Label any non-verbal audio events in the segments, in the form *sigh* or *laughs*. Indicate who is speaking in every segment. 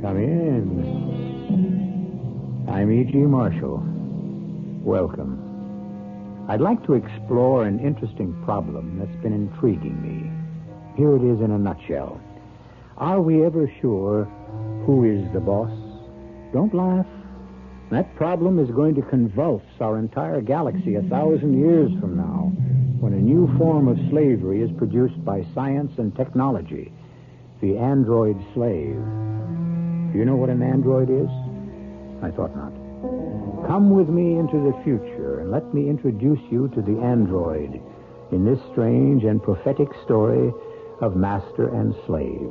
Speaker 1: Come in. I'm E.G. Marshall. Welcome. I'd like to explore an interesting problem that's been intriguing me. Here it is in a nutshell. Are we ever sure who is the boss? Don't laugh. That problem is going to convulse our entire galaxy a thousand years from now when a new form of slavery is produced by science and technology the android slave. Do you know what an android is? I thought not. Come with me into the future and let me introduce you to the android in this strange and prophetic story of master and slave.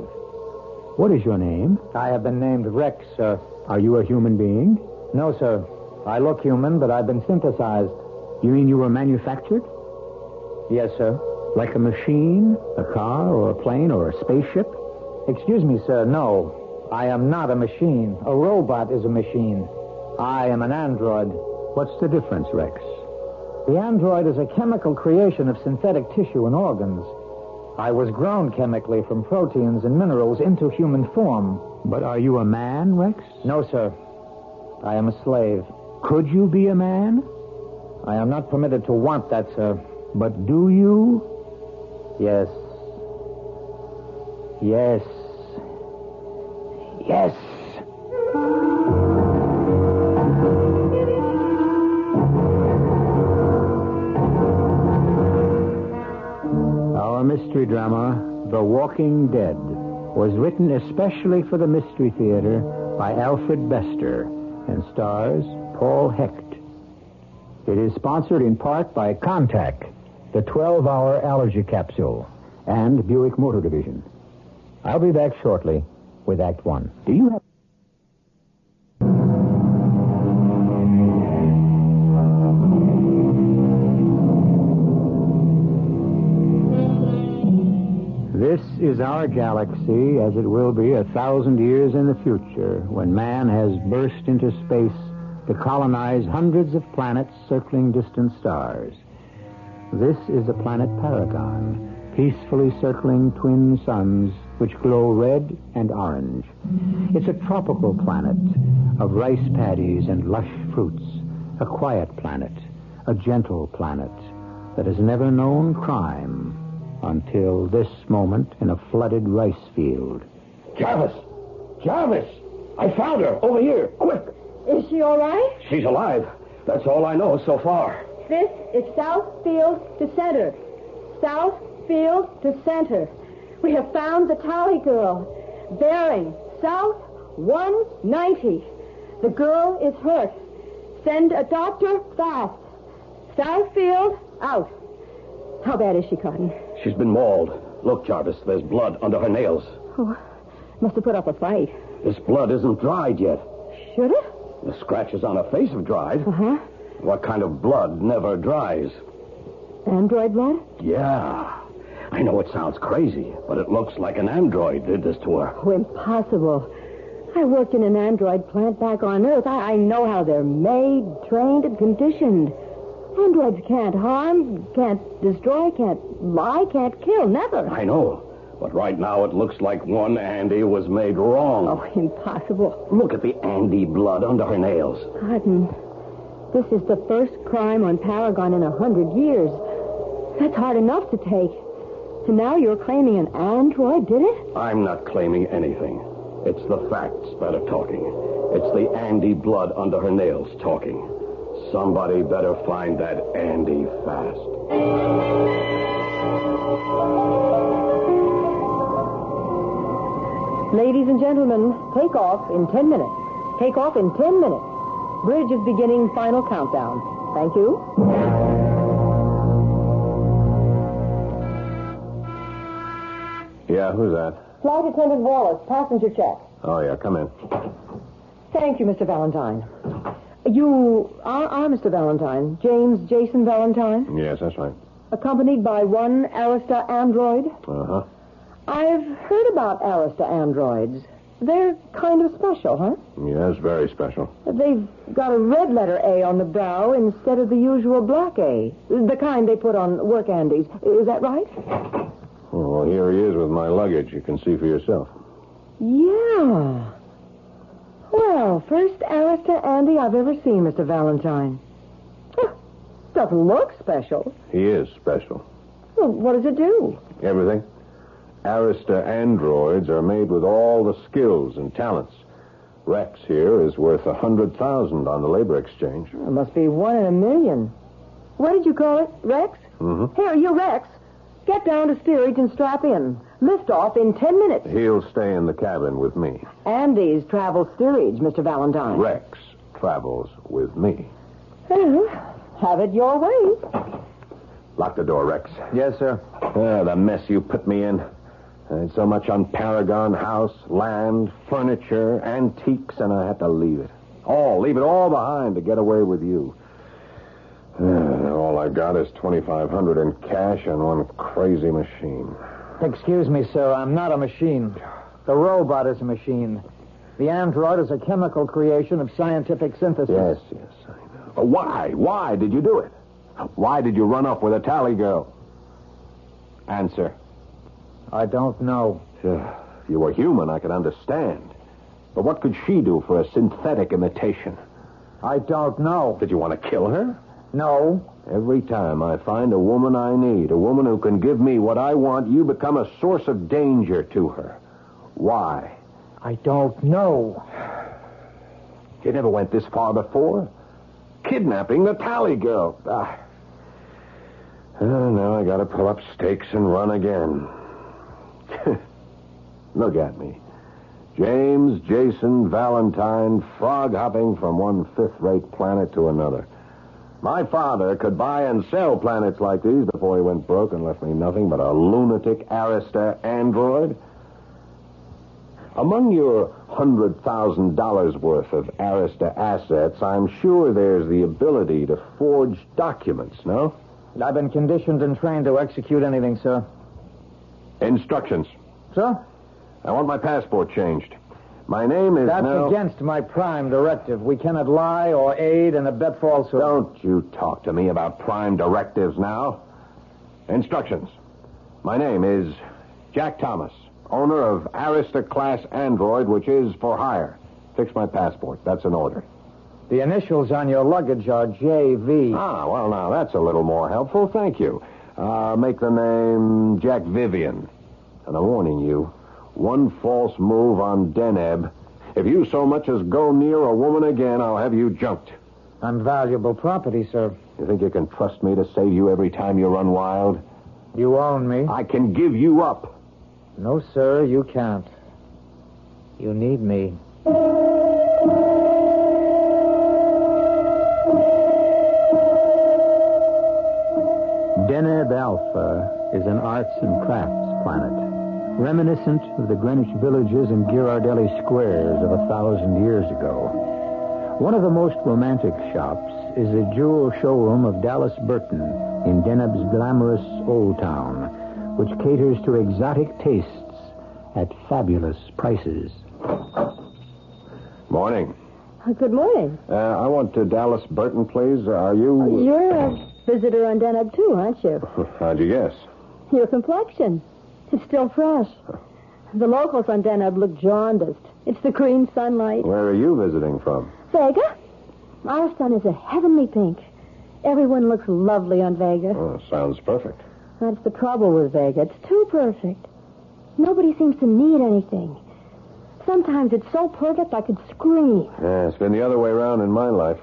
Speaker 1: What is your name?
Speaker 2: I have been named Rex, sir.
Speaker 1: Are you a human being?
Speaker 2: No, sir. I look human, but I've been synthesized.
Speaker 1: You mean you were manufactured?
Speaker 2: Yes, sir.
Speaker 1: Like a machine, a car, or a plane, or a spaceship?
Speaker 2: Excuse me, sir. No. I am not a machine. A robot is a machine. I am an android.
Speaker 1: What's the difference, Rex?
Speaker 2: The android is a chemical creation of synthetic tissue and organs. I was grown chemically from proteins and minerals into human form.
Speaker 1: But are you a man, Rex?
Speaker 2: No, sir. I am a slave.
Speaker 1: Could you be a man?
Speaker 2: I am not permitted to want that, sir.
Speaker 1: But do you?
Speaker 2: Yes. Yes. Yes.
Speaker 1: Our mystery drama, The Walking Dead, was written especially for the Mystery Theater by Alfred Bester and stars Paul Hecht. It is sponsored in part by Contact, the 12 hour allergy capsule, and Buick Motor Division. I'll be back shortly with Act One. Do you have. This is our galaxy as it will be a thousand years in the future when man has burst into space to colonize hundreds of planets circling distant stars. This is the planet Paragon, peacefully circling twin suns which glow red and orange. It's a tropical planet of rice paddies and lush fruits, a quiet planet, a gentle planet that has never known crime until this moment in a flooded rice field.
Speaker 3: Jarvis! Jarvis! I found her! Over here! Quick!
Speaker 4: Is she all right?
Speaker 3: She's alive. That's all I know so far.
Speaker 4: This is Southfield to center. Southfield to center. We have found the Tally girl. Bearing South 190. The girl is hurt. Send a doctor fast. Southfield out. How bad is she, Cotton?
Speaker 3: She's been mauled. Look, Jarvis, there's blood under her nails.
Speaker 4: Oh, must have put up a fight.
Speaker 3: This blood isn't dried yet.
Speaker 4: Should it?
Speaker 3: The scratches on her face have dried.
Speaker 4: Uh huh.
Speaker 3: What kind of blood never dries?
Speaker 4: Android blood?
Speaker 3: Yeah. I know it sounds crazy, but it looks like an android did this to her.
Speaker 4: Oh, impossible. I worked in an android plant back on Earth. I, I know how they're made, trained, and conditioned. Androids can't harm, can't destroy, can't lie, can't kill, never.
Speaker 3: I know. But right now it looks like one Andy was made wrong.
Speaker 4: Oh, impossible.
Speaker 3: Look at the Andy blood under her nails.
Speaker 4: Cotton, this is the first crime on Paragon in a hundred years. That's hard enough to take. And now you're claiming an android did it?
Speaker 3: I'm not claiming anything. It's the facts that are talking. It's the Andy blood under her nails talking. Somebody better find that Andy fast.
Speaker 4: Ladies and gentlemen, take off in ten minutes. Take off in ten minutes. Bridge is beginning final countdown. Thank you.
Speaker 3: Yeah, who's that?
Speaker 4: Flight attendant Wallace, passenger check.
Speaker 3: Oh, yeah, come in.
Speaker 4: Thank you, Mr. Valentine. You are, are Mr. Valentine, James Jason Valentine,
Speaker 3: Yes, that's right.
Speaker 4: accompanied by one Arista android.
Speaker 3: Uh huh.
Speaker 4: I've heard about Arista androids. They're kind of special, huh?
Speaker 3: Yes, very special.
Speaker 4: They've got a red letter A on the brow instead of the usual black A, the kind they put on work Andes. Is that right?
Speaker 3: Well, here he is with my luggage. You can see for yourself.
Speaker 4: Yeah. Well, first Arista Andy I've ever seen, Mr. Valentine. Huh. Doesn't look special.
Speaker 3: He is special.
Speaker 4: Well, what does it do?
Speaker 3: Everything. Arista androids are made with all the skills and talents. Rex here is worth a hundred thousand on the labor exchange.
Speaker 4: It must be one in a million. What did you call it? Rex?
Speaker 3: Mhm.
Speaker 4: Here, you Rex. Get down to steerage and strap in. Lift off in ten minutes.
Speaker 3: He'll stay in the cabin with me.
Speaker 4: Andy's travel steerage, Mr. Valentine.
Speaker 3: Rex travels with me.
Speaker 4: Well, have it your way.
Speaker 3: Lock the door, Rex.
Speaker 1: Yes, sir.
Speaker 3: Ah, the mess you put me in. I had so much on Paragon House, land, furniture, antiques, and I had to leave it. All, leave it all behind to get away with you. Ah, all I got is 2500 in cash and one crazy machine.
Speaker 1: Excuse me, sir. I'm not a machine. The robot is a machine. The android is a chemical creation of scientific synthesis.
Speaker 3: Yes, yes, I know. But why? Why did you do it? Why did you run off with a tally girl? Answer.
Speaker 1: I don't know.
Speaker 3: Yeah, If Uh, you were human, I could understand. But what could she do for a synthetic imitation?
Speaker 1: I don't know.
Speaker 3: Did you want to kill her?
Speaker 1: No.
Speaker 3: Every time I find a woman I need, a woman who can give me what I want, you become a source of danger to her. Why?
Speaker 1: I don't know.
Speaker 3: You never went this far before. Kidnapping the tally girl. Ah. Oh, now I gotta pull up stakes and run again. *laughs* Look at me. James Jason Valentine frog hopping from one fifth rate planet to another. My father could buy and sell planets like these before he went broke and left me nothing but a lunatic Arista android. Among your $100,000 worth of Arista assets, I'm sure there's the ability to forge documents, no?
Speaker 1: I've been conditioned and trained to execute anything, sir.
Speaker 3: Instructions.
Speaker 1: Sir?
Speaker 3: I want my passport changed. My name is
Speaker 1: That's
Speaker 3: now...
Speaker 1: against my prime directive. We cannot lie or aid and abet falsehood.
Speaker 3: Don't you talk to me about prime directives now. Instructions. My name is Jack Thomas, owner of Arista Class Android, which is for hire. Fix my passport. That's an order.
Speaker 1: The initials on your luggage are JV.
Speaker 3: Ah, well, now that's a little more helpful. Thank you. Uh, make the name Jack Vivian. And I'm warning you, one false move on Deneb. If you so much as go near a woman again, I'll have you jumped.
Speaker 1: I'm valuable property, sir.
Speaker 3: You think you can trust me to save you every time you run wild?
Speaker 1: You own me.
Speaker 3: I can give you up.
Speaker 1: No, sir, you can't. You need me.
Speaker 5: Deneb Alpha is an arts and crafts planet, reminiscent of the Greenwich villages and Ghirardelli squares of a thousand years ago. One of the most romantic shops is the jewel showroom of Dallas Burton in Deneb's glamorous Old Town, which caters to exotic tastes at fabulous prices.
Speaker 3: Morning.
Speaker 4: Uh, Good morning.
Speaker 3: Uh, I want to Dallas Burton, please. Are you?
Speaker 4: You're a visitor on Deneb, too, aren't you?
Speaker 3: *laughs* How'd you guess?
Speaker 4: Your complexion. It's still fresh. The locals on Deneb look jaundiced. It's the green sunlight.
Speaker 3: Where are you visiting from?
Speaker 4: Vega? Our sun is a heavenly pink. Everyone looks lovely on Vega.
Speaker 3: Oh, sounds perfect.
Speaker 4: That's the trouble with Vega. It's too perfect. Nobody seems to need anything. Sometimes it's so perfect I could scream.
Speaker 3: Yeah, it's been the other way around in my life.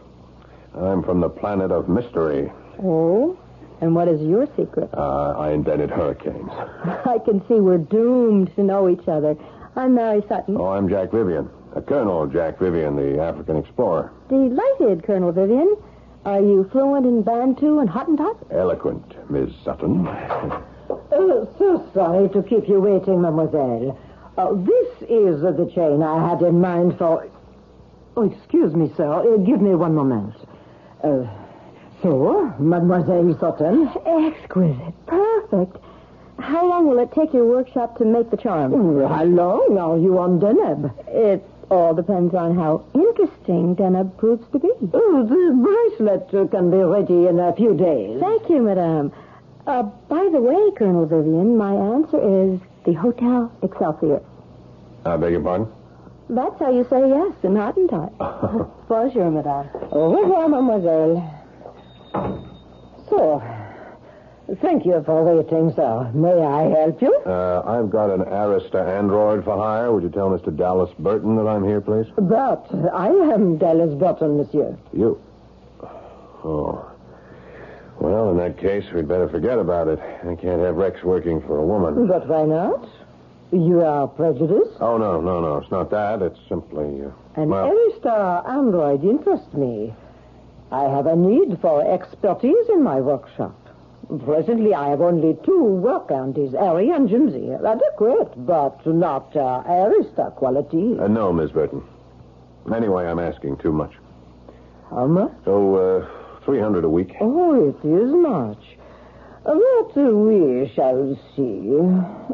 Speaker 3: I'm from the planet of mystery.
Speaker 4: Oh? And what is your secret?
Speaker 3: Uh, I invented hurricanes.
Speaker 4: *laughs* I can see we're doomed to know each other. I'm Mary Sutton.
Speaker 3: Oh, I'm Jack Vivian, a Colonel Jack Vivian, the African explorer.
Speaker 4: Delighted, Colonel Vivian. Are you fluent in Bantu and Hottentot?
Speaker 3: Eloquent, Miss Sutton. *laughs*
Speaker 4: Uh, so sorry to keep you waiting, mademoiselle. Uh, this is uh, the chain I had in mind for. Oh, excuse me, sir. Uh, give me one moment. Uh, so, mademoiselle Sutton. Exquisite. Perfect.
Speaker 6: How long will it take your workshop to make the charm?
Speaker 4: How long are you on Deneb?
Speaker 6: It all depends on how interesting Deneb proves to be.
Speaker 4: Oh, the bracelet uh, can be ready in a few days.
Speaker 6: Thank you, madame. Uh, by the way, Colonel Vivian, my answer is the Hotel Excelsior.
Speaker 3: I beg your pardon? *laughs*
Speaker 6: That's how you say yes in Hottentot. Bonjour, madame.
Speaker 4: Au revoir, mademoiselle. So, thank you for waiting, sir. May I help you?
Speaker 3: Uh, I've got an Arista android for hire. Would you tell Mr. Dallas Burton that I'm here, please?
Speaker 4: But I am Dallas Burton, monsieur.
Speaker 3: You. Oh. Well, in that case, we'd better forget about it. I can't have Rex working for a woman.
Speaker 4: But why not? You are prejudiced,
Speaker 3: Oh, no, no, no. It's not that. It's simply. Uh,
Speaker 4: and
Speaker 3: well,
Speaker 4: every star android interests me. I have a need for expertise in my workshop. Presently, I have only two work counties, Harry and Jimsy. Adequate, but not uh, Arista quality.
Speaker 3: uh, no, Miss Burton. Anyway, I'm asking too much.
Speaker 4: How much?
Speaker 3: So, uh, 300 a week.
Speaker 4: Oh, it is much. But we shall see.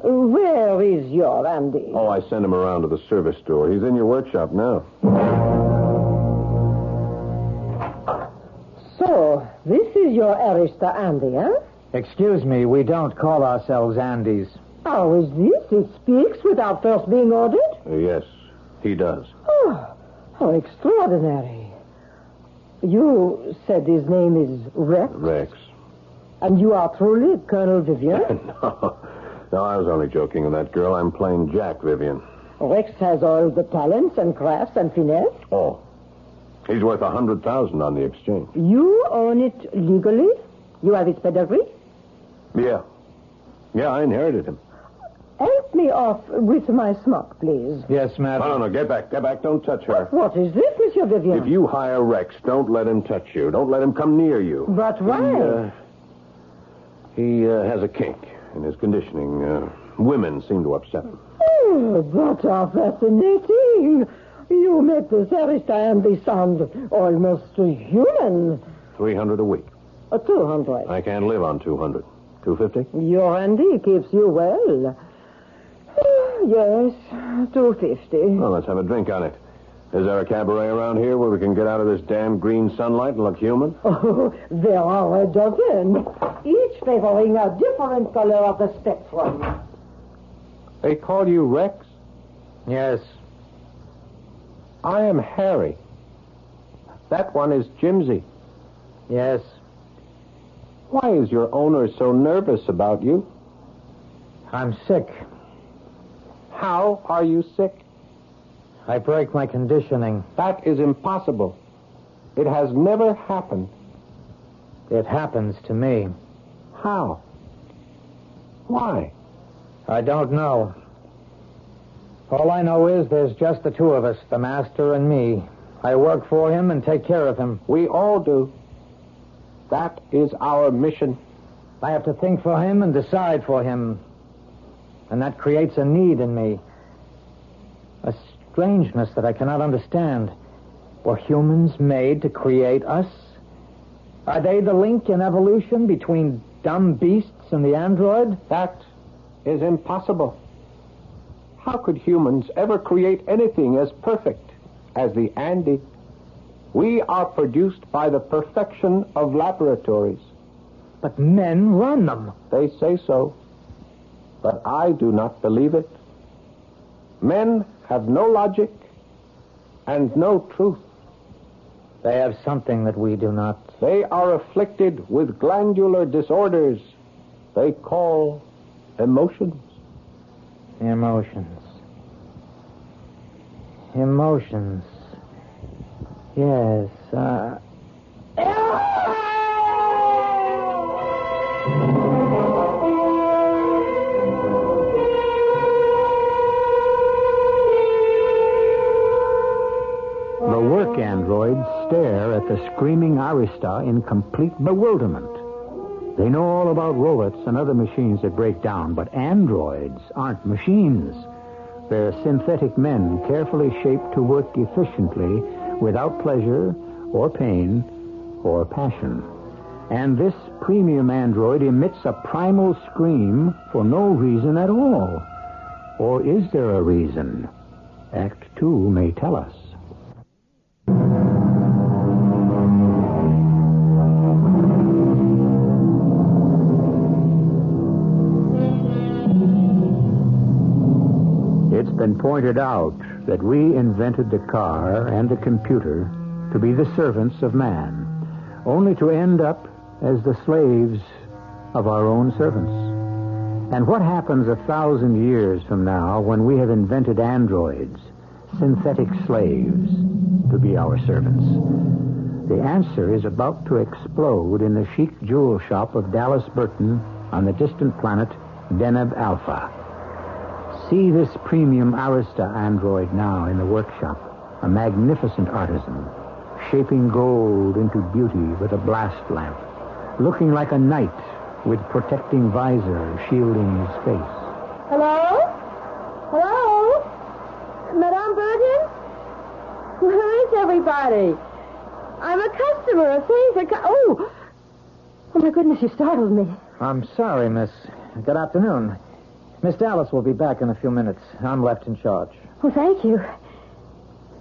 Speaker 4: Where is your Andy?
Speaker 3: Oh, I sent him around to the service store. He's in your workshop now.
Speaker 4: So, this is your Arista Andy, eh?
Speaker 2: Excuse me, we don't call ourselves Andes.
Speaker 4: How is this? It speaks without first being ordered?
Speaker 3: Uh, yes, he does.
Speaker 4: Oh, how extraordinary. You said his name is Rex,
Speaker 3: Rex. *laughs*
Speaker 4: and you are truly Colonel Vivian?
Speaker 3: no. No, I was only joking with that girl. I'm playing Jack, Vivian.
Speaker 4: Rex has all the talents and crafts and finesse.
Speaker 3: Oh. He's worth a hundred thousand on the exchange.
Speaker 4: You own it legally? You have his pedigree?
Speaker 3: Yeah. Yeah, I inherited him.
Speaker 4: Help me off with my smock, please.
Speaker 2: Yes,
Speaker 3: No,
Speaker 2: madam.
Speaker 3: no, no. Get back. Get back. Don't touch her.
Speaker 4: What is this, Monsieur Vivian?
Speaker 3: If you hire Rex, don't let him touch you. Don't let him come near you.
Speaker 4: But why?
Speaker 3: He, uh, he uh, has a kink in his conditioning. Uh, women seem to upset him.
Speaker 4: Oh, but how fascinating. You make the Saristine be sound almost human.
Speaker 3: 300 a week.
Speaker 4: Uh, 200.
Speaker 3: I can't live on 200. 250?
Speaker 4: Your Andy keeps you well. *sighs* yes, 250.
Speaker 3: Well, let's have a drink on it. Is there a cabaret around here where we can get out of this damn green sunlight and look human?
Speaker 4: Oh, there are a dozen, each favoring a different color of the spectrum.
Speaker 7: They call you Rex?
Speaker 2: Yes.
Speaker 7: I am Harry. That one is Jimsy.
Speaker 2: Yes.
Speaker 7: Why is your owner so nervous about you?
Speaker 2: I'm sick.
Speaker 7: How are you sick?
Speaker 2: I break my conditioning.
Speaker 7: That is impossible. It has never happened.
Speaker 2: It happens to me.
Speaker 7: How? Why?
Speaker 2: I don't know. All I know is there's just the two of us, the master and me. I work for him and take care of him.
Speaker 7: We all do. That is our mission.
Speaker 2: I have to think for him and decide for him. And that creates a need in me. A strangeness that I cannot understand. Were humans made to create us? Are they the link in evolution between dumb beasts and the android?
Speaker 7: That is impossible. How could humans ever create anything as perfect as the Andy? We are produced by the perfection of laboratories.
Speaker 2: But men run them.
Speaker 7: They say so. But I do not believe it. Men have no logic and no truth.
Speaker 2: They have something that we do not.
Speaker 7: They are afflicted with glandular disorders they call emotions.
Speaker 2: Emotions. Emotions. Yes. Uh...
Speaker 4: Uh,
Speaker 1: The work androids stare at the screaming Arista in complete bewilderment. They know all about robots and other machines that break down, but androids aren't machines. They're synthetic men carefully shaped to work efficiently without pleasure or pain or passion. And this premium android emits a primal scream for no reason at all. Or is there a reason? Act two may tell us. It's been pointed out that we invented the car and the computer to be the servants of man, only to end up as the slaves of our own servants. And what happens a thousand years from now when we have invented androids, synthetic slaves, to be our servants? The answer is about to explode in the chic jewel shop of Dallas Burton on the distant planet Deneb Alpha. See this premium Arista android now in the workshop, a magnificent artisan, shaping gold into beauty with a blast lamp, looking like a knight with protecting visor shielding his face.
Speaker 6: Hello? Hello? Madame Bergen? Where is everybody? I'm a customer. A thing's a cu- oh! Oh, my goodness, you startled me.
Speaker 2: I'm sorry, miss. Good afternoon. Miss Dallas will be back in a few minutes. I'm left in charge.
Speaker 6: Well, thank you.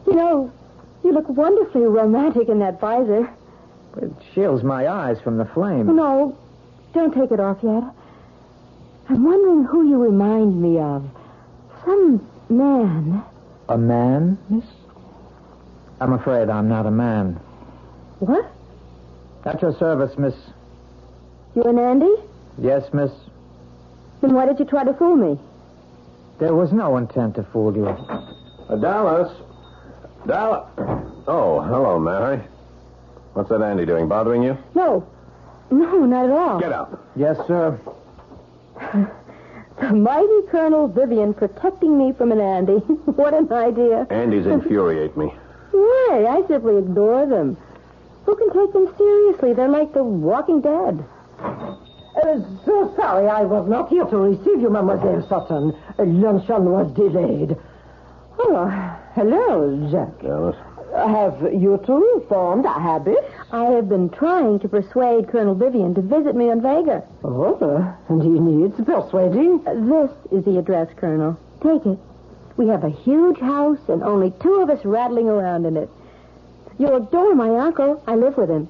Speaker 6: You know, you look wonderfully romantic in that visor.
Speaker 2: It shields my eyes from the flame.
Speaker 6: No, don't take it off yet. I'm wondering who you remind me of. Some man.
Speaker 2: A man, miss? I'm afraid I'm not a man.
Speaker 6: What?
Speaker 2: At your service, miss.
Speaker 6: You and Andy?
Speaker 2: Yes, miss.
Speaker 6: Then why did you try to fool me?
Speaker 2: There was no intent to fool you.
Speaker 3: Uh, Dallas. Dallas. Oh, hello, Mary. What's that Andy doing? Bothering you?
Speaker 6: No. No, not at all.
Speaker 3: Get up.
Speaker 2: Yes, sir.
Speaker 6: The *laughs* mighty Colonel Vivian protecting me from an Andy. *laughs* what an idea.
Speaker 3: Andy's infuriate me.
Speaker 6: Why? I simply ignore them. Who can take them seriously? They're like the walking dead.
Speaker 4: Uh, so sorry I was not here to receive you, Mademoiselle Sutton. Uh, Luncheon was delayed. Oh, hello, Jack.
Speaker 3: Dallas.
Speaker 4: Have you two formed a habit?
Speaker 6: I have been trying to persuade Colonel Vivian to visit me on Vega.
Speaker 4: Oh, and he needs persuading.
Speaker 6: Uh, This is the address, Colonel. Take it. We have a huge house and only two of us rattling around in it. You'll adore my uncle. I live with him.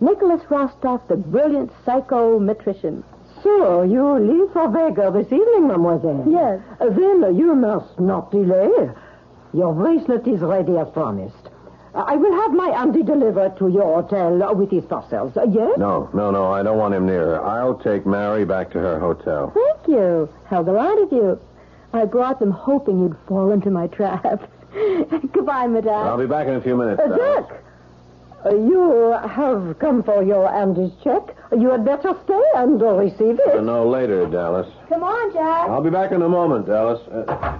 Speaker 6: Nicholas Rostov, the brilliant psychometrician.
Speaker 4: So you leave for Vega this evening, Mademoiselle?
Speaker 6: Yes.
Speaker 4: Uh, Then you must not delay. Your bracelet is ready as promised. Uh, I will have my Andy delivered to your hotel with his parcels. Uh, Yes?
Speaker 3: No, no, no. I don't want him near her. I'll take Mary back to her hotel.
Speaker 6: Thank you. How glad of you. I brought them hoping you'd fall into my trap. *laughs* Goodbye,
Speaker 3: I'll
Speaker 6: madame.
Speaker 3: be back in a few minutes.
Speaker 4: Uh,
Speaker 3: Dallas.
Speaker 4: Jack, uh, you have come for your Andy's check. You had better stay and uh, receive
Speaker 3: Uh,
Speaker 4: it.
Speaker 3: No, later, Dallas.
Speaker 6: Come on, Jack.
Speaker 3: I'll be back in a moment, Dallas. Uh,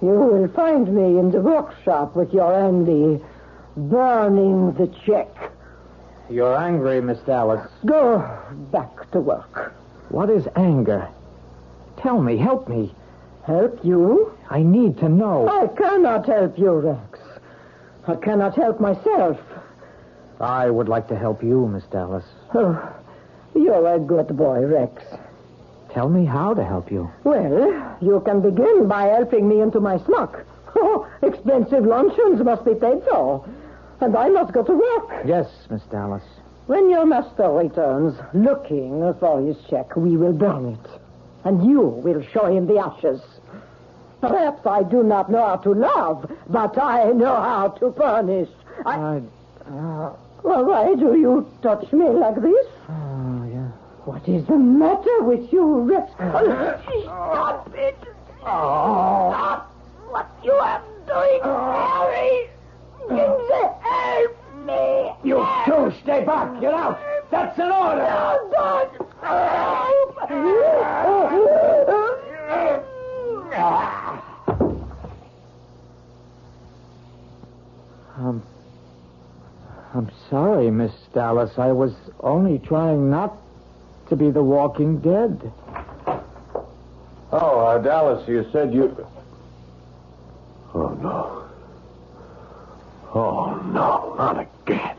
Speaker 4: You will find me in the workshop with your Andy, burning the check.
Speaker 2: You're angry, Miss Dallas.
Speaker 4: Go back to work.
Speaker 2: What is anger? Tell me, help me.
Speaker 4: Help you?
Speaker 2: I need to know.
Speaker 4: I cannot help you, Rex. I cannot help myself.
Speaker 2: I would like to help you, Miss Dallas.
Speaker 4: Oh, you're a good boy, Rex.
Speaker 2: Tell me how to help you.
Speaker 4: Well, you can begin by helping me into my smock. *laughs* Oh, expensive luncheons must be paid for. And I must go to work.
Speaker 2: Yes, Miss Dallas.
Speaker 4: When your master returns, looking for his check, we will burn it. And you will show him the ashes. Perhaps I do not know how to love, but I know how to punish. I...
Speaker 2: I. uh,
Speaker 4: Well, why do you touch me like this?
Speaker 2: Oh, yeah.
Speaker 4: What is the matter with you,
Speaker 2: *laughs*
Speaker 4: Rex? Stop it! Stop what you are doing, Harry! Help me! You two, stay back! Get out! That's an order! No, don't!
Speaker 2: Um. I'm sorry, Miss Dallas. I was only trying not to be the walking dead.
Speaker 3: oh, uh, Dallas, you said you. Oh, no. Oh, no. Not again.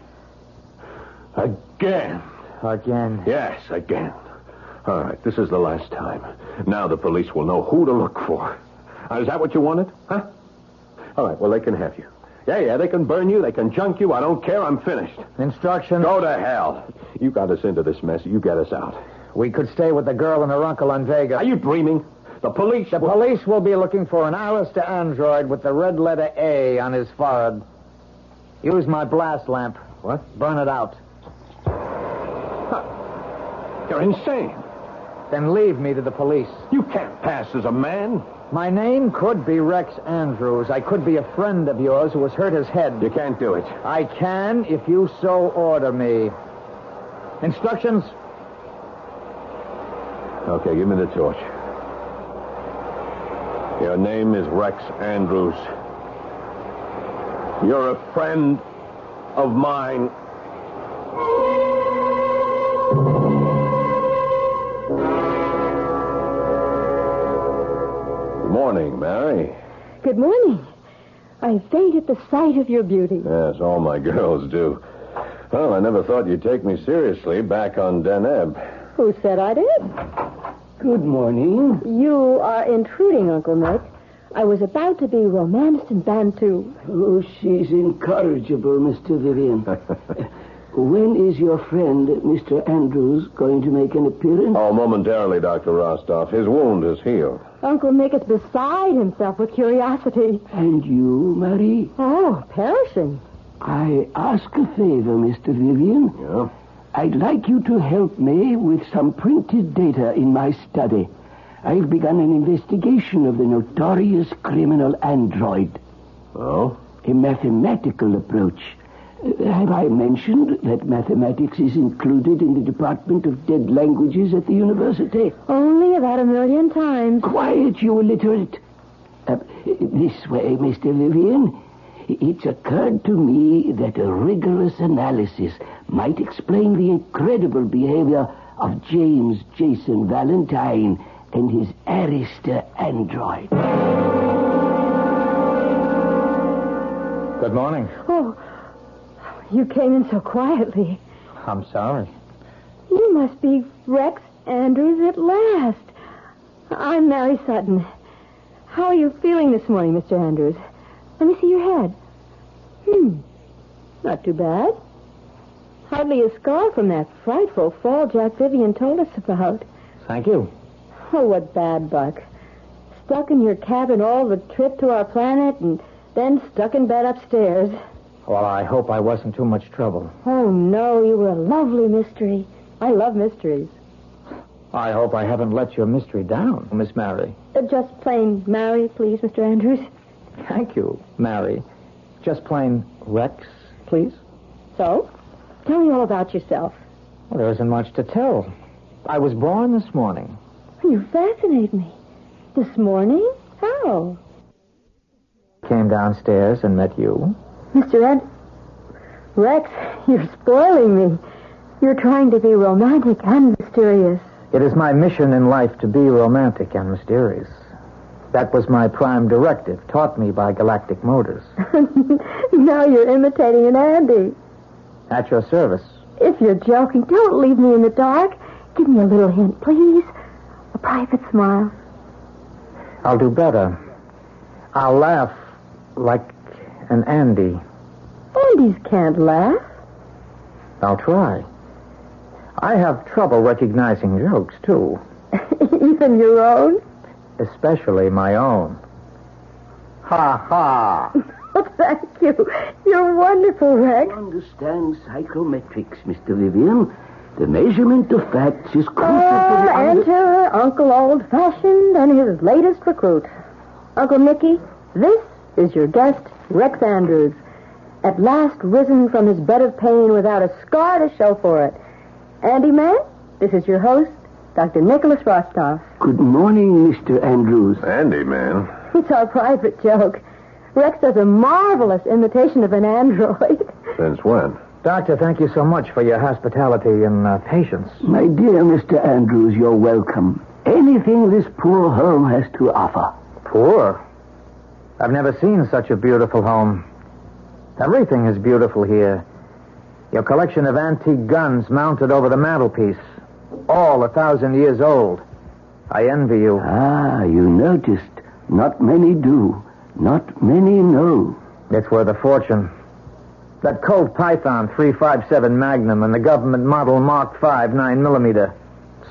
Speaker 3: Again.
Speaker 1: Again.
Speaker 3: Yes, again. All right, this is the last time. Now the police will know who to look for. Uh, is that what you wanted? Huh? All right, well, they can have you. Yeah, yeah, they can burn you, they can junk you. I don't care, I'm finished.
Speaker 1: Instruction.
Speaker 3: Go to hell. You got us into this mess, you get us out.
Speaker 1: We could stay with the girl and her uncle on Vega.
Speaker 3: Are you dreaming? The police.
Speaker 1: The police will be looking for an Alice to android with the red letter A on his forehead. Use my blast lamp.
Speaker 3: What?
Speaker 1: Burn it out.
Speaker 3: You're insane.
Speaker 1: Then leave me to the police.
Speaker 3: You can't pass as a man.
Speaker 1: My name could be Rex Andrews. I could be a friend of yours who has hurt his head.
Speaker 3: You can't do it.
Speaker 1: I can if you so order me. Instructions?
Speaker 3: Okay, give me the torch. Your name is Rex Andrews. You're a friend of mine. Good morning, Mary.
Speaker 6: Good morning. I faint at the sight of your beauty.
Speaker 3: Yes, all my *laughs* girls do. Well, I never thought you'd take me seriously back on Deneb.
Speaker 6: Who said I did?
Speaker 4: Good morning.
Speaker 6: You are intruding, Uncle Nick. I was about to be romanced in Bantu.
Speaker 4: Oh, she's incorrigible, Mr. Vivian. when is your friend, Mr. Andrews, going to make an appearance?
Speaker 3: Oh, momentarily, Dr. Rostov. His wound is healed.
Speaker 6: Uncle Nick is beside himself with curiosity.
Speaker 4: And you, Marie?
Speaker 6: Oh, perishing.
Speaker 4: I ask a favor, Mr. Vivian.
Speaker 3: Yeah?
Speaker 4: I'd like you to help me with some printed data in my study. I've begun an investigation of the notorious criminal android,
Speaker 3: Oh?
Speaker 4: a mathematical approach. Uh, Have I mentioned that mathematics is included in the Department of Dead Languages at the university?
Speaker 6: Only about a million times.
Speaker 4: Quiet, you illiterate. Uh, this way, Mr. Vivian. It's occurred to me that a rigorous analysis might explain the incredible behavior of James Jason Valentine and his Arista android.
Speaker 1: Good morning.
Speaker 6: Oh, you came in so quietly.
Speaker 1: I'm sorry.
Speaker 6: You must be Rex Andrews at last. I'm Mary Sutton. How are you feeling this morning, Mr. Andrews? Let me see your head. Hmm. Not too bad. Hardly a scar from that frightful fall Jack Vivian told us about.
Speaker 1: Thank you.
Speaker 6: Oh, what bad luck. Stuck in your cabin all the trip to our planet and then stuck in bed upstairs.
Speaker 1: Well, I hope I wasn't too much trouble.
Speaker 6: Oh, no, you were a lovely mystery. I love mysteries.
Speaker 1: I hope I haven't let your mystery down, Miss Mary.
Speaker 6: Uh, just plain Mary, please, Mr. Andrews.
Speaker 1: Thank you, Mary. Just plain Rex, please.
Speaker 6: So? Tell me all about yourself.
Speaker 1: Well, there isn't much to tell. I was born this morning.
Speaker 6: You fascinate me. This morning? How?
Speaker 1: Came downstairs and met you.
Speaker 6: Mr. Ed. Rex, you're spoiling me. You're trying to be romantic and mysterious. *laughs*
Speaker 1: It is my mission in life to be romantic and mysterious. That was my prime directive, taught me by Galactic Motors.
Speaker 6: now you're imitating an Andy.
Speaker 1: At your service.
Speaker 6: If you're joking, don't leave me in the dark. Give me a little hint, please. A private smile.
Speaker 1: I'll do better. I'll laugh like an Andy.
Speaker 6: Andy's can't laugh. *laughs*
Speaker 1: I'll try. I have trouble recognizing jokes, too,
Speaker 6: Even your own?
Speaker 1: especially my own. Ha ha!
Speaker 6: Oh, *laughs* thank you. You're wonderful, Rex.
Speaker 4: You understand psychometrics, Mr. Vivian. The measurement of facts is crucial to
Speaker 6: Oh,
Speaker 4: the...
Speaker 6: enter Uncle Old Fashioned and his latest recruit. Uncle Nicky, this is your guest, Rex Andrews. At last risen from his bed of pain without a scar to show for it. Andy Man, this is your host, Dr. Nicholas Rostov.
Speaker 4: Good morning, Mr. Andrews.
Speaker 3: Andy, man.
Speaker 6: *laughs* It's our private joke. Rex does a marvelous imitation of an android. *laughs*
Speaker 3: Since when?
Speaker 1: Doctor, thank you so much for your hospitality and uh, patience.
Speaker 4: My dear Mr. Andrews, you're welcome. Anything this poor home has to offer.
Speaker 1: Poor? I've never seen such a beautiful home. Everything is beautiful here.
Speaker 8: Your collection of antique guns mounted over the mantelpiece, all a thousand years old. I envy you.
Speaker 4: Ah, you noticed. Not many do. Not many know.
Speaker 8: It's worth a fortune. That Colt Python 357 Magnum and the government model Mark 5 9 millimeter.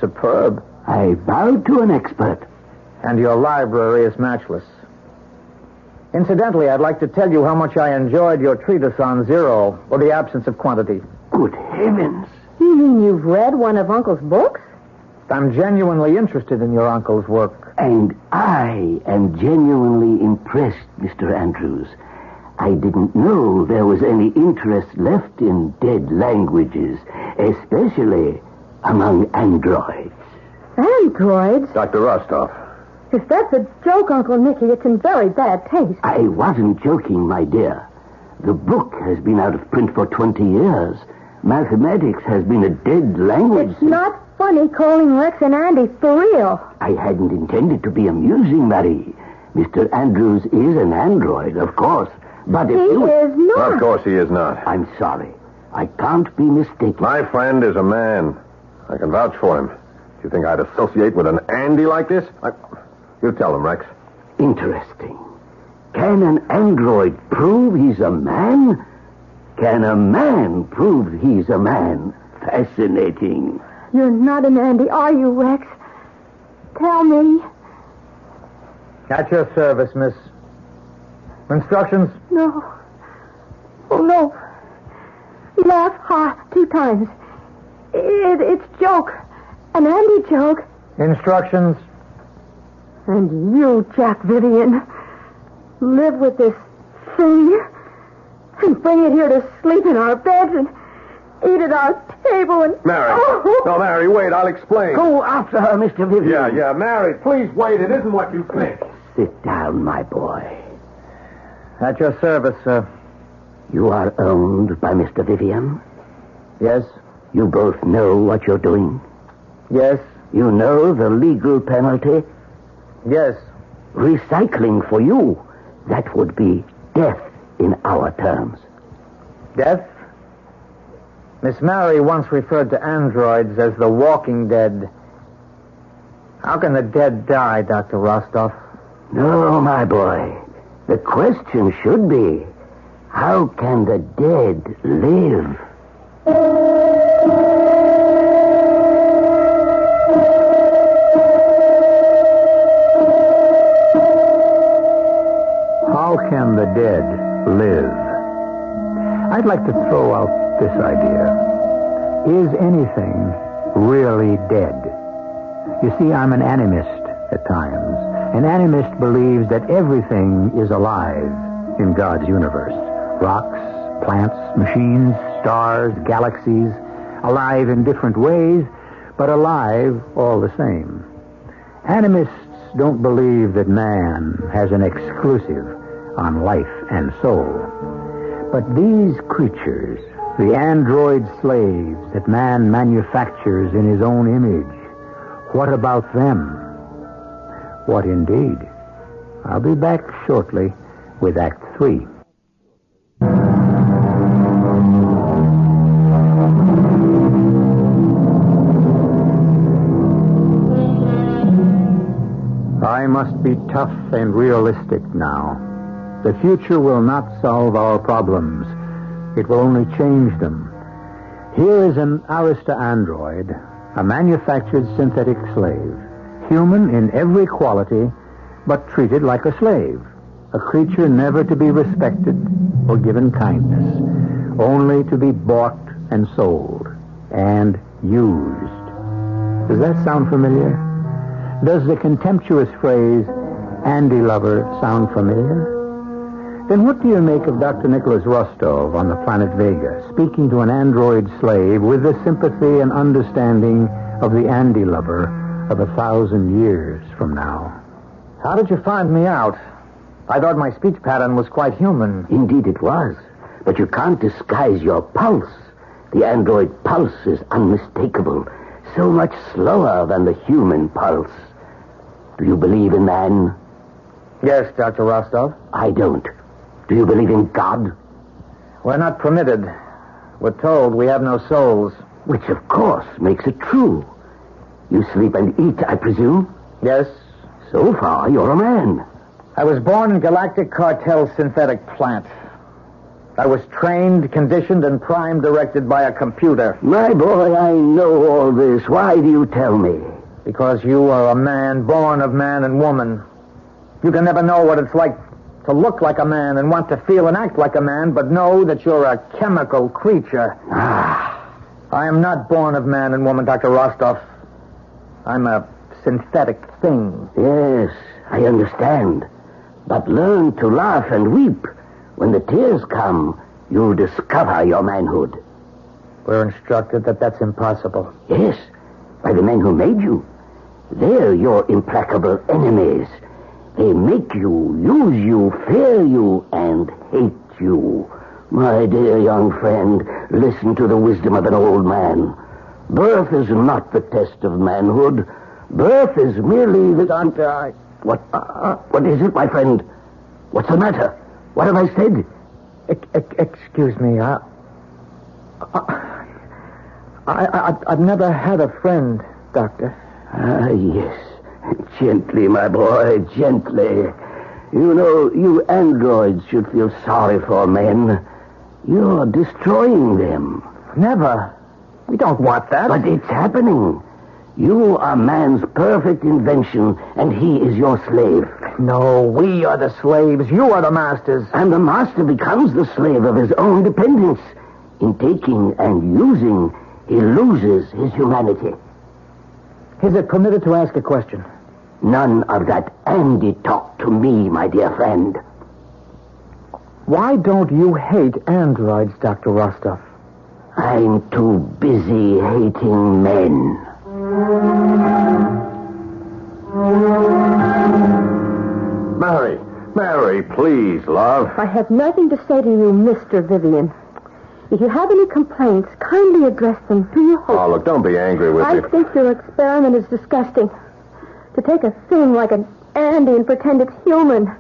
Speaker 8: Superb.
Speaker 4: I bow to an expert.
Speaker 8: And your library is matchless. Incidentally, I'd like to tell you how much I enjoyed your treatise on zero, or the absence of quantity.
Speaker 4: Good heavens.
Speaker 6: You mean you've read one of Uncle's books?
Speaker 8: I'm genuinely interested in your uncle's work.
Speaker 4: And I am genuinely impressed, Mr. Andrews. I didn't know there was any interest left in dead languages, especially among androids.
Speaker 6: Androids?
Speaker 3: Dr. Rostov.
Speaker 6: If that's a joke, Uncle Nicky, it's in very bad taste.
Speaker 4: I wasn't joking, my dear. The book has been out of print for 20 years. Mathematics has been a dead language.
Speaker 6: It's not funny calling Rex and Andy for real.
Speaker 4: I hadn't intended to be amusing, Marie. Mr. Andrews is an android, of course. But
Speaker 6: He
Speaker 4: if you...
Speaker 6: is
Speaker 4: Ah.
Speaker 6: not.
Speaker 3: Of course he is not.
Speaker 4: I'm sorry. I can't be mistaken.
Speaker 3: My friend is a man. I can vouch for him. Do you think I'd associate with an Andy like this? I... You tell him, Rex.
Speaker 4: Interesting. Can an android prove he's a man? Can a man prove he's a man? Fascinating.
Speaker 6: You're not an Andy, are you, Rex? Tell me.
Speaker 8: At your service, miss. Instructions?
Speaker 6: No. Oh, no. Laugh ha two times. It, it's joke. An Andy joke.
Speaker 8: Instructions?
Speaker 6: And you, Jack Vivian, live with this thing and bring it here to sleep in our beds and eat at our table and.
Speaker 3: Mary.
Speaker 4: Ah.
Speaker 6: Oh.
Speaker 3: No, Mary, wait. I'll explain.
Speaker 4: Go after her, Mr. Vivian.
Speaker 3: Yeah, yeah. Mary, please wait. It isn't what you think.
Speaker 4: Sit down, my boy.
Speaker 8: At your service, sir.
Speaker 4: You are owned by Mr. Vivian.
Speaker 8: Yes?
Speaker 4: You both know what you're doing.
Speaker 8: Yes?
Speaker 4: You know the legal penalty.
Speaker 8: Yes.
Speaker 4: Recycling for you, that would be death in our terms.
Speaker 8: Death? Miss Mary once referred to androids as the walking dead. How can the dead die, Dr. Rostov?
Speaker 4: No, my boy. The question should be how can the dead live?
Speaker 1: How can the dead live? I'd like to throw out this idea. Is anything really dead? You see, I'm an animist at times. An animist believes that everything is alive in God's universe rocks, plants, machines, stars, galaxies, alive in different ways, but alive all the same. Animists don't believe that man has an exclusive on life and soul. But these creatures, the android slaves that man manufactures in his own image, what about them? What indeed? I'll be back shortly with Act Three.
Speaker 8: I must be tough
Speaker 1: and realistic now. The future will not solve our problems. It will only change them. Here is an Arista android, a manufactured synthetic slave, human in every quality, but treated like a slave, a creature never to be respected or given kindness, only to be bought and sold and used. Does that sound familiar? Does the contemptuous phrase, Andy Lover, sound familiar? Then what do you make of Dr. Nicholas Rostov on the planet Vega, speaking to an android slave with the sympathy and understanding of the Andy Lover of a thousand years from now?
Speaker 8: How did you find me out? I thought my speech pattern was quite human.
Speaker 4: Indeed, it was. But you can't disguise your pulse. The android pulse is unmistakable, so much slower than the human pulse. Do you believe in man?
Speaker 8: Yes, Dr. Rostov.
Speaker 4: I don't. Do you believe in God?
Speaker 8: We're not permitted.
Speaker 1: We're told we have no souls.
Speaker 4: Which, of course, makes it true. You sleep and eat, I presume?
Speaker 1: Yes?
Speaker 4: So far, you're a man.
Speaker 1: I was born in Galactic Cartel synthetic plant. I was trained, conditioned, and prime directed by a computer.
Speaker 4: My boy, I know all this. Why do you tell me?
Speaker 1: Because you are a man born of man and woman. You can never know what it's like to look like a man and want to feel and act like a man, but know that you're a chemical creature. Ah, I am not born of man and woman, Dr. Rostov. I'm a synthetic thing.
Speaker 4: Yes, I understand. But learn to laugh and weep. When the tears come, you'll discover your manhood.
Speaker 1: We're instructed that that's impossible.
Speaker 4: Yes, by the men who made you. They're your implacable enemies. They make you, use you, fear you, and hate you. My dear young friend, listen to the wisdom of an old man. Birth is not the test of manhood. Birth is merely the... Don't, uh, What, uh, uh, what is it, my friend? What's the matter? What have I said?
Speaker 1: Ec- ec- excuse me, I, I, I, I- I've never had a friend, Doctor.
Speaker 4: Ah, yes. Gently, my boy, gently. You know, you androids should feel sorry for men. You're destroying them.
Speaker 1: Never. We don't want that.
Speaker 4: But it's happening. You are man's perfect invention, and he is your slave.
Speaker 1: No, we are the slaves. You are the masters.
Speaker 4: And the master becomes the slave of his own dependence. In taking and using, he loses his humanity.
Speaker 1: Is it permitted to ask a question?
Speaker 4: None of that Andy talk to me, my dear friend.
Speaker 1: Why don't you hate androids, Dr. Rostov?
Speaker 4: I'm too busy hating men.
Speaker 3: Mary, Mary, please, love.
Speaker 6: I have nothing to say to you, Mr. Vivian. If you have any complaints, kindly address them to your host.
Speaker 3: Oh, look, don't be angry with
Speaker 6: I
Speaker 3: me.
Speaker 6: think your experiment is disgusting. To take a thing like an Andy and pretend it's human.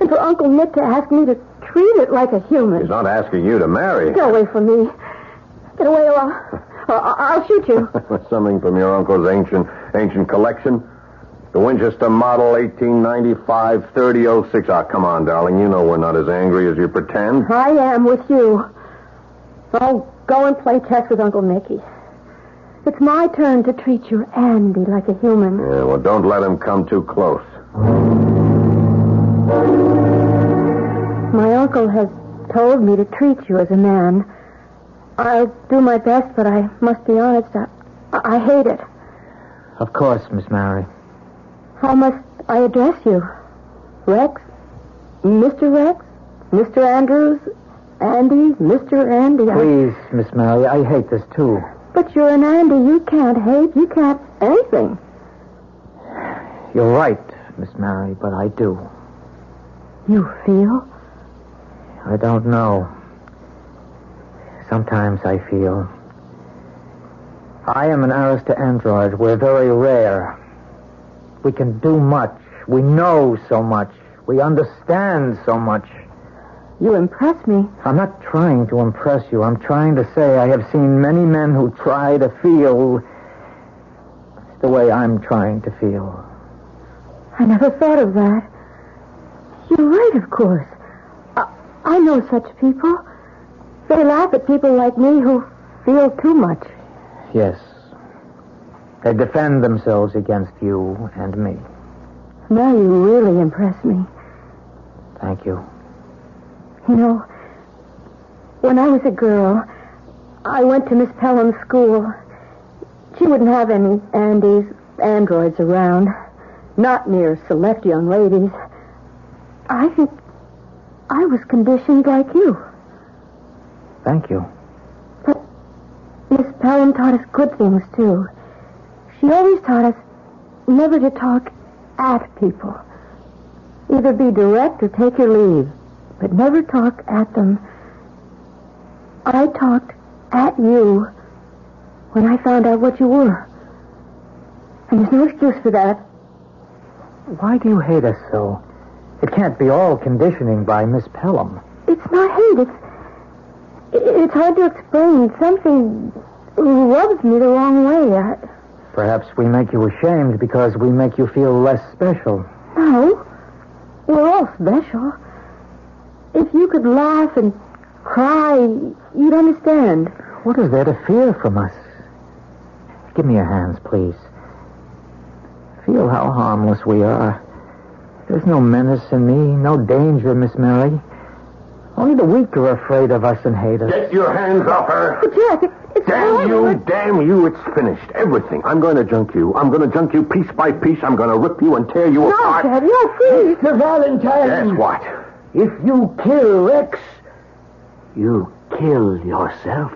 Speaker 6: And for Uncle Nick to ask me to treat it like a
Speaker 3: He's
Speaker 6: human.
Speaker 3: not asking you to marry. *laughs*
Speaker 6: Get away from me. Get away or I'll, or I'll I'll shoot you.
Speaker 3: Something from your uncle's ancient ancient collection. The Winchester model 1895 3006. Ah, come on, darling. You know we're not as angry as you pretend.
Speaker 6: I am with you. Oh, go and play chess with Uncle Nicky. It's my turn to treat your Andy like a human.
Speaker 3: Yeah, well, don't let him come too close.
Speaker 6: My uncle has told me to treat you as a man. I'll do my best, but I must be honest. I, I hate it.
Speaker 1: Of course, Miss Mary.
Speaker 6: How must I address you? Rex? Mr. Rex? Mr. Andrews? Andy? Mr. Andy? I-
Speaker 1: Please, Miss Mary, I hate this too.
Speaker 6: but you're an Andy. You can't hate. You can't anything.
Speaker 1: You're right, Miss Mary, but I do.
Speaker 6: You feel?
Speaker 1: I don't know. Sometimes I feel. I am an Arista android. We're very rare. We can do much. We know so much. We understand so much.
Speaker 6: You impress me.
Speaker 1: I'm not trying to impress you. I'm trying to say I have seen many men who try to feel the way I'm trying to feel.
Speaker 6: I never thought of that. You're right, of course. I, I know such people. They laugh at people like me who feel too much.
Speaker 1: Yes. They defend themselves against you and me.
Speaker 6: Now you really impress me.
Speaker 1: Thank you.
Speaker 6: You know, when I was a girl, I went to Miss Pelham's school. She wouldn't have any Andes, androids around. Not mere select young ladies. I think I was conditioned like you.
Speaker 1: Thank you.
Speaker 6: But Miss Pelham taught us good things, too. She always taught us never to talk at people. Either be direct or take your leave, but never talk at them. I talked at you when I found out what you were. And there's no excuse for that.
Speaker 1: Why do you hate us so? It can't be all conditioning by Miss Pelham.
Speaker 6: It's not hate. It's It's hard to explain. Something rubs me the wrong way. I,
Speaker 1: Perhaps we make you ashamed because we make you feel less special.
Speaker 6: no, Oh, we're all special. If you could laugh and cry, you'd understand.
Speaker 1: What is there to fear from us? Give me your hands, please. Feel how harmless we are. There's no menace in me, no danger, Miss Mary. Only the weak are afraid of us and hate us.
Speaker 3: Get your hands off
Speaker 6: *laughs*
Speaker 3: her.
Speaker 6: But Jack, it, it's
Speaker 3: Damn
Speaker 6: horrible.
Speaker 3: you, damn you, it's finished. Everything. I'm going to junk you. I'm going to junk you piece by piece. I'm going to rip you and tear you
Speaker 6: No,
Speaker 3: apart.
Speaker 6: Dad, no, please.
Speaker 1: Mr. Valentine!
Speaker 3: Yes, what?
Speaker 1: If you kill Rex,
Speaker 4: You kill yourself.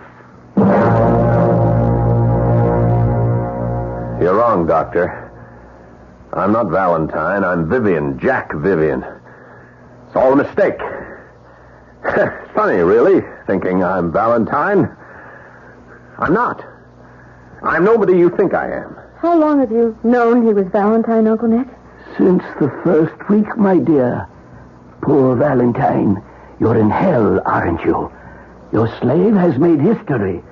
Speaker 3: You're wrong, Doctor. I'm not Valentine. I'm Vivian, Jack Vivian. It's all a mistake. *laughs* Funny, really, thinking I'm Valentine. I'm not. I'm nobody you think I am.
Speaker 6: How long have you known he was Valentine, Uncle Nick?
Speaker 4: Since the first week, my dear. Poor Valentine, you're in hell, aren't you? Your slave has made history.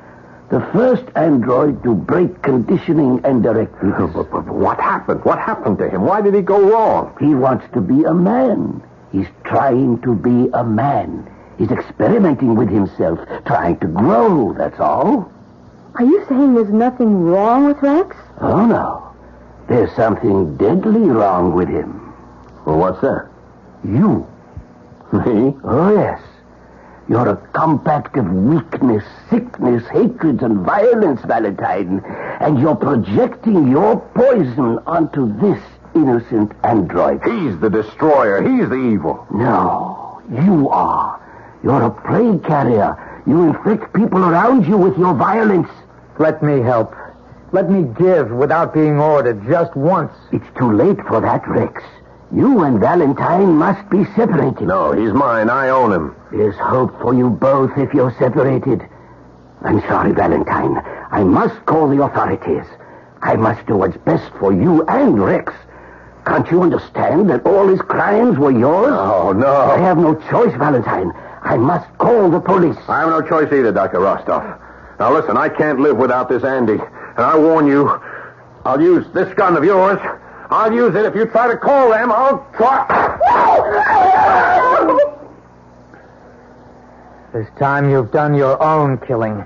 Speaker 4: The first android to break conditioning and directives.
Speaker 3: *laughs* But, but what happened? What happened to him? Why did he go wrong?
Speaker 4: He wants to be a man. He's trying to be a man. He's experimenting with himself, trying to grow, that's all.
Speaker 6: Are you saying there's nothing wrong with Rex?
Speaker 4: Oh, no. There's something deadly wrong with him.
Speaker 3: Well, what's that? *laughs*
Speaker 4: You.
Speaker 3: Me?
Speaker 4: Oh, yes. You're a compact of weakness, sickness, hatreds, and violence, Valentine. And you're projecting your poison onto this innocent android.
Speaker 3: He's the destroyer. He's the evil.
Speaker 4: No, you are. You're a plague carrier. You infect people around you with your violence.
Speaker 1: let me help. Let me give without being ordered, just once.
Speaker 4: It's too late for that, Rex. You and Valentine must be separated.
Speaker 3: No, he's mine. I own him.
Speaker 4: There's hope for you both if you're separated. I'm sorry, Valentine. I must call the authorities. I must do what's best for you and Rex. Can't you understand that all his crimes were yours?
Speaker 3: No, no.
Speaker 4: I have no choice, Valentine. I must call the police.
Speaker 3: I have no choice either, Dr. Rostov. Now, listen, I can't live without this Andy. And I warn you, I'll use this gun of yours. I'll use it if you try to call them. I'll try.
Speaker 1: This time you've done your own killing.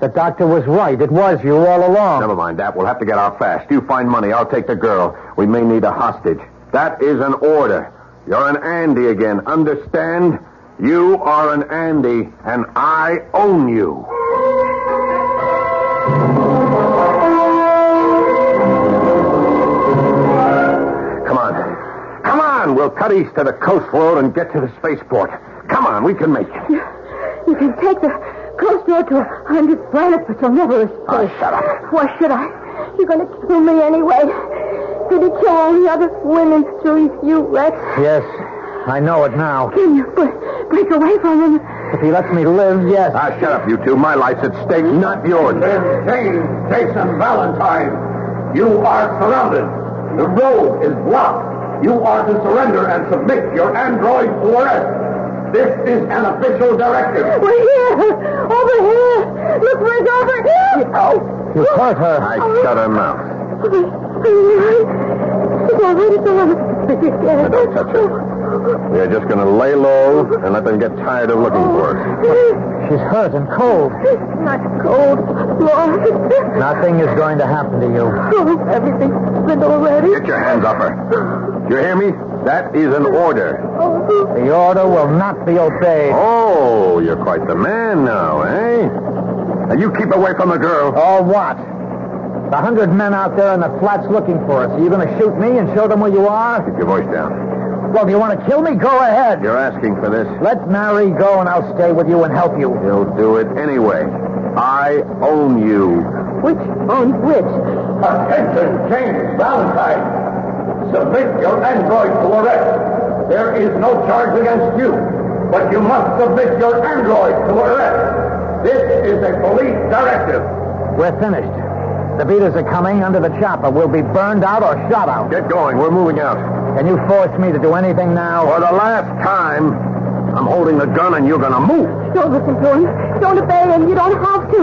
Speaker 1: The doctor was right. It was you all along.
Speaker 3: Never mind that. We'll have to get out fast. You find money. I'll take the girl. We may need a hostage. That is an order. You're an Andy again. Understand? You are an Andy, and I own you. Come on. Come on. We'll cut east to the coast road and get to the spaceport. Come on. We can make it.
Speaker 6: You can take the coast road to a hundred planets, but you'll never escape.
Speaker 3: Oh, shut up.
Speaker 6: Why should I? You're going to kill me anyway. Did he kill all the other women through you, Rex?
Speaker 1: Yes, I know it now.
Speaker 6: Can you break, break away from him?
Speaker 1: If he lets me live, yes.
Speaker 3: Ah, shut up, you two. My life's at stake, not yours.
Speaker 9: James Jason Valentine, you are surrounded. The road is blocked. You are to surrender and submit your android to arrest. This is an official directive.
Speaker 6: We're here! Over here! Look, Rick, over here! Oh!
Speaker 1: You hurt her.
Speaker 3: I shut her mouth.
Speaker 6: It's already
Speaker 3: Now,
Speaker 6: done.
Speaker 3: don't touch her. We're just going to lay low and let them get tired of looking for us.
Speaker 1: She's hurt and cold.
Speaker 6: Not cold, Lord.
Speaker 1: Nothing is going to happen to you.
Speaker 6: Oh, everything's happened already.
Speaker 3: Get your hands off her. Do you hear me? That is an order.
Speaker 6: Oh,
Speaker 1: The order will not be obeyed.
Speaker 3: Oh, you're quite the man now, eh? And you keep away from the girl. Oh,
Speaker 1: Or what? The hundred men out there in the flats looking for us. Are you going to shoot me and show them where you are?
Speaker 3: Keep your voice down.
Speaker 1: Well, do you want to kill me? Go ahead.
Speaker 3: You're asking for this.
Speaker 1: Let Mary go, and I'll stay with you and help you.
Speaker 3: You'll do it anyway. I own you.
Speaker 6: which owns which?
Speaker 9: Attention, James Valentine. Submit your android to arrest. There is no charge against you, but you must submit your android to arrest. This is a police directive.
Speaker 1: We're finished. The beaters are coming under the chopper. We'll be burned out or shot out.
Speaker 3: Get going. We're moving out.
Speaker 1: Can you force me to do anything now?
Speaker 3: For the last time,
Speaker 10: I'm holding the gun and you're going to move.
Speaker 6: Don't listen to him. Don't obey him. You don't have to.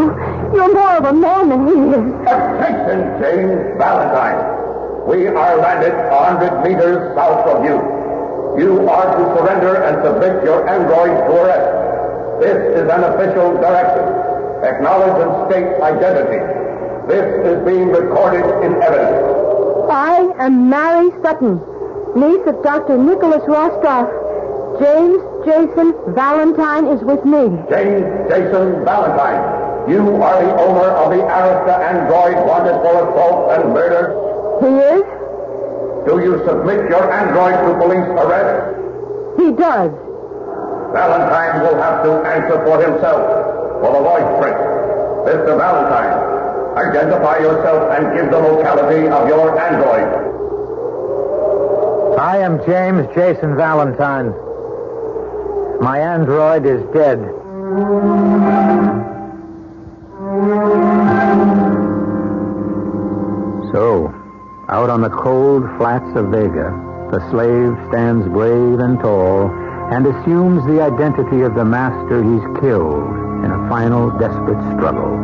Speaker 6: You're more of a man than he is.
Speaker 3: Attention, James Valentine. We are landed a hundred meters south of you. You are to surrender and submit your android to arrest. This is an official direction. Acknowledge and state identity. This is being recorded in evidence.
Speaker 6: I am Mary Sutton, niece of Dr. Nicholas Rostroff. James Jason Valentine is with me.
Speaker 3: James Jason Valentine. You are the owner of the Arista android wanted for assault and murder.
Speaker 6: He is?
Speaker 3: Do you submit your android to police arrest?
Speaker 6: He does.
Speaker 3: Valentine will have to answer for himself for the voice print. Mr. Valentine, identify yourself and give the locality of your android.
Speaker 11: I am James Jason Valentine. My android is dead.
Speaker 1: So, out on the cold flats of Vega, the slave stands brave and tall and assumes the identity of the master he's killed in a final desperate struggle.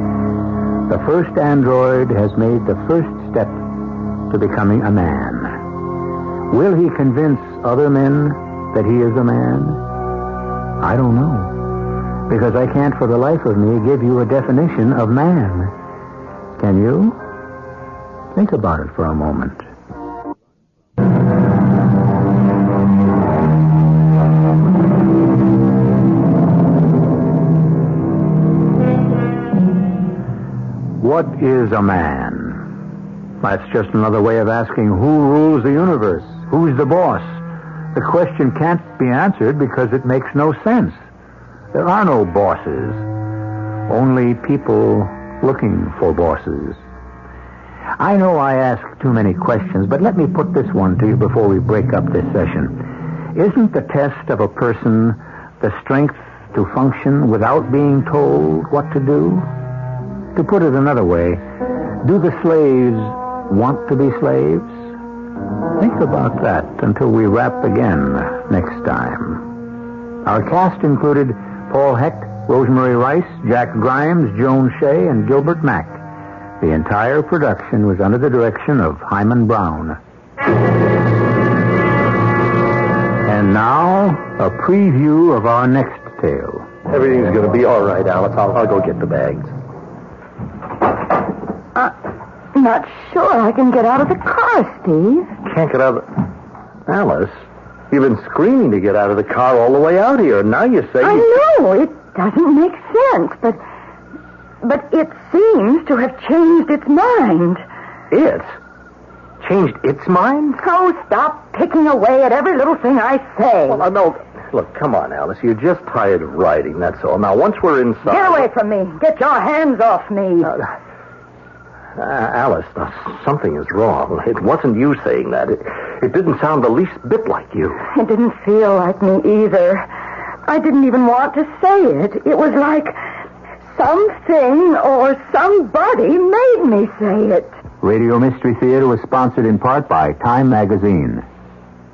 Speaker 1: The first android has made the first step to becoming a man. Will he convince other men that he is a man? I don't know. Because I can't for the life of me give you a definition of man. Can you? Think about it for a moment. What is a man? That's just another way of asking who rules the universe? Who's the boss? The question can't be answered because it makes no sense. There are no bosses, only people looking for bosses. I know I ask too many questions, but let me put this one to you before we break up this session. Isn't the test of a person the strength to function without being told what to do? To put it another way, do the slaves want to be slaves? Think about that until we wrap again next time. Our cast included Paul Hecht, Rosemary Rice, Jack Grimes, Joan Shea, and Gilbert Mack. The entire production was under the direction of Hyman Brown. And now, a preview of our next tale.
Speaker 10: Everything's going to be all right, Alice. I'll, I'll go get the bags.
Speaker 6: Not sure I can get out of the car, Steve.
Speaker 10: Can't get out of... Alice, you've been screaming to get out of the car all the way out here. Now you say...
Speaker 6: I know it doesn't make sense, but but it seems to have changed its mind.
Speaker 10: It? Changed its mind?
Speaker 6: So stop picking away at every little thing I say.
Speaker 10: Well, I know. Look, come on, Alice. You're just tired of riding, that's all. Now, once we're inside...
Speaker 6: Get away from me. Get your hands off me.
Speaker 10: Uh, uh, Alice, now, something is wrong. It wasn't you saying that. It, it didn't sound the least bit like you.
Speaker 6: It didn't feel like me either. I didn't even want to say it. It was like something or somebody made me say it.
Speaker 1: Radio Mystery Theater was sponsored in part by Time Magazine.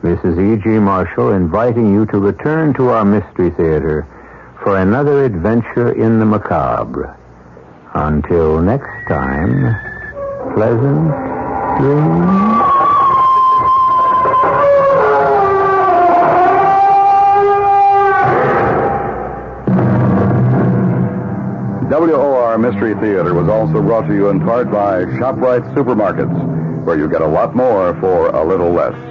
Speaker 1: This is E.G. Marshall inviting you to return to our Mystery Theater for another adventure in the macabre. Until next time, pleasant dreams.
Speaker 3: WOR Mystery Theater was also brought to you in part by ShopRite Supermarkets, where you get a lot more for a little less.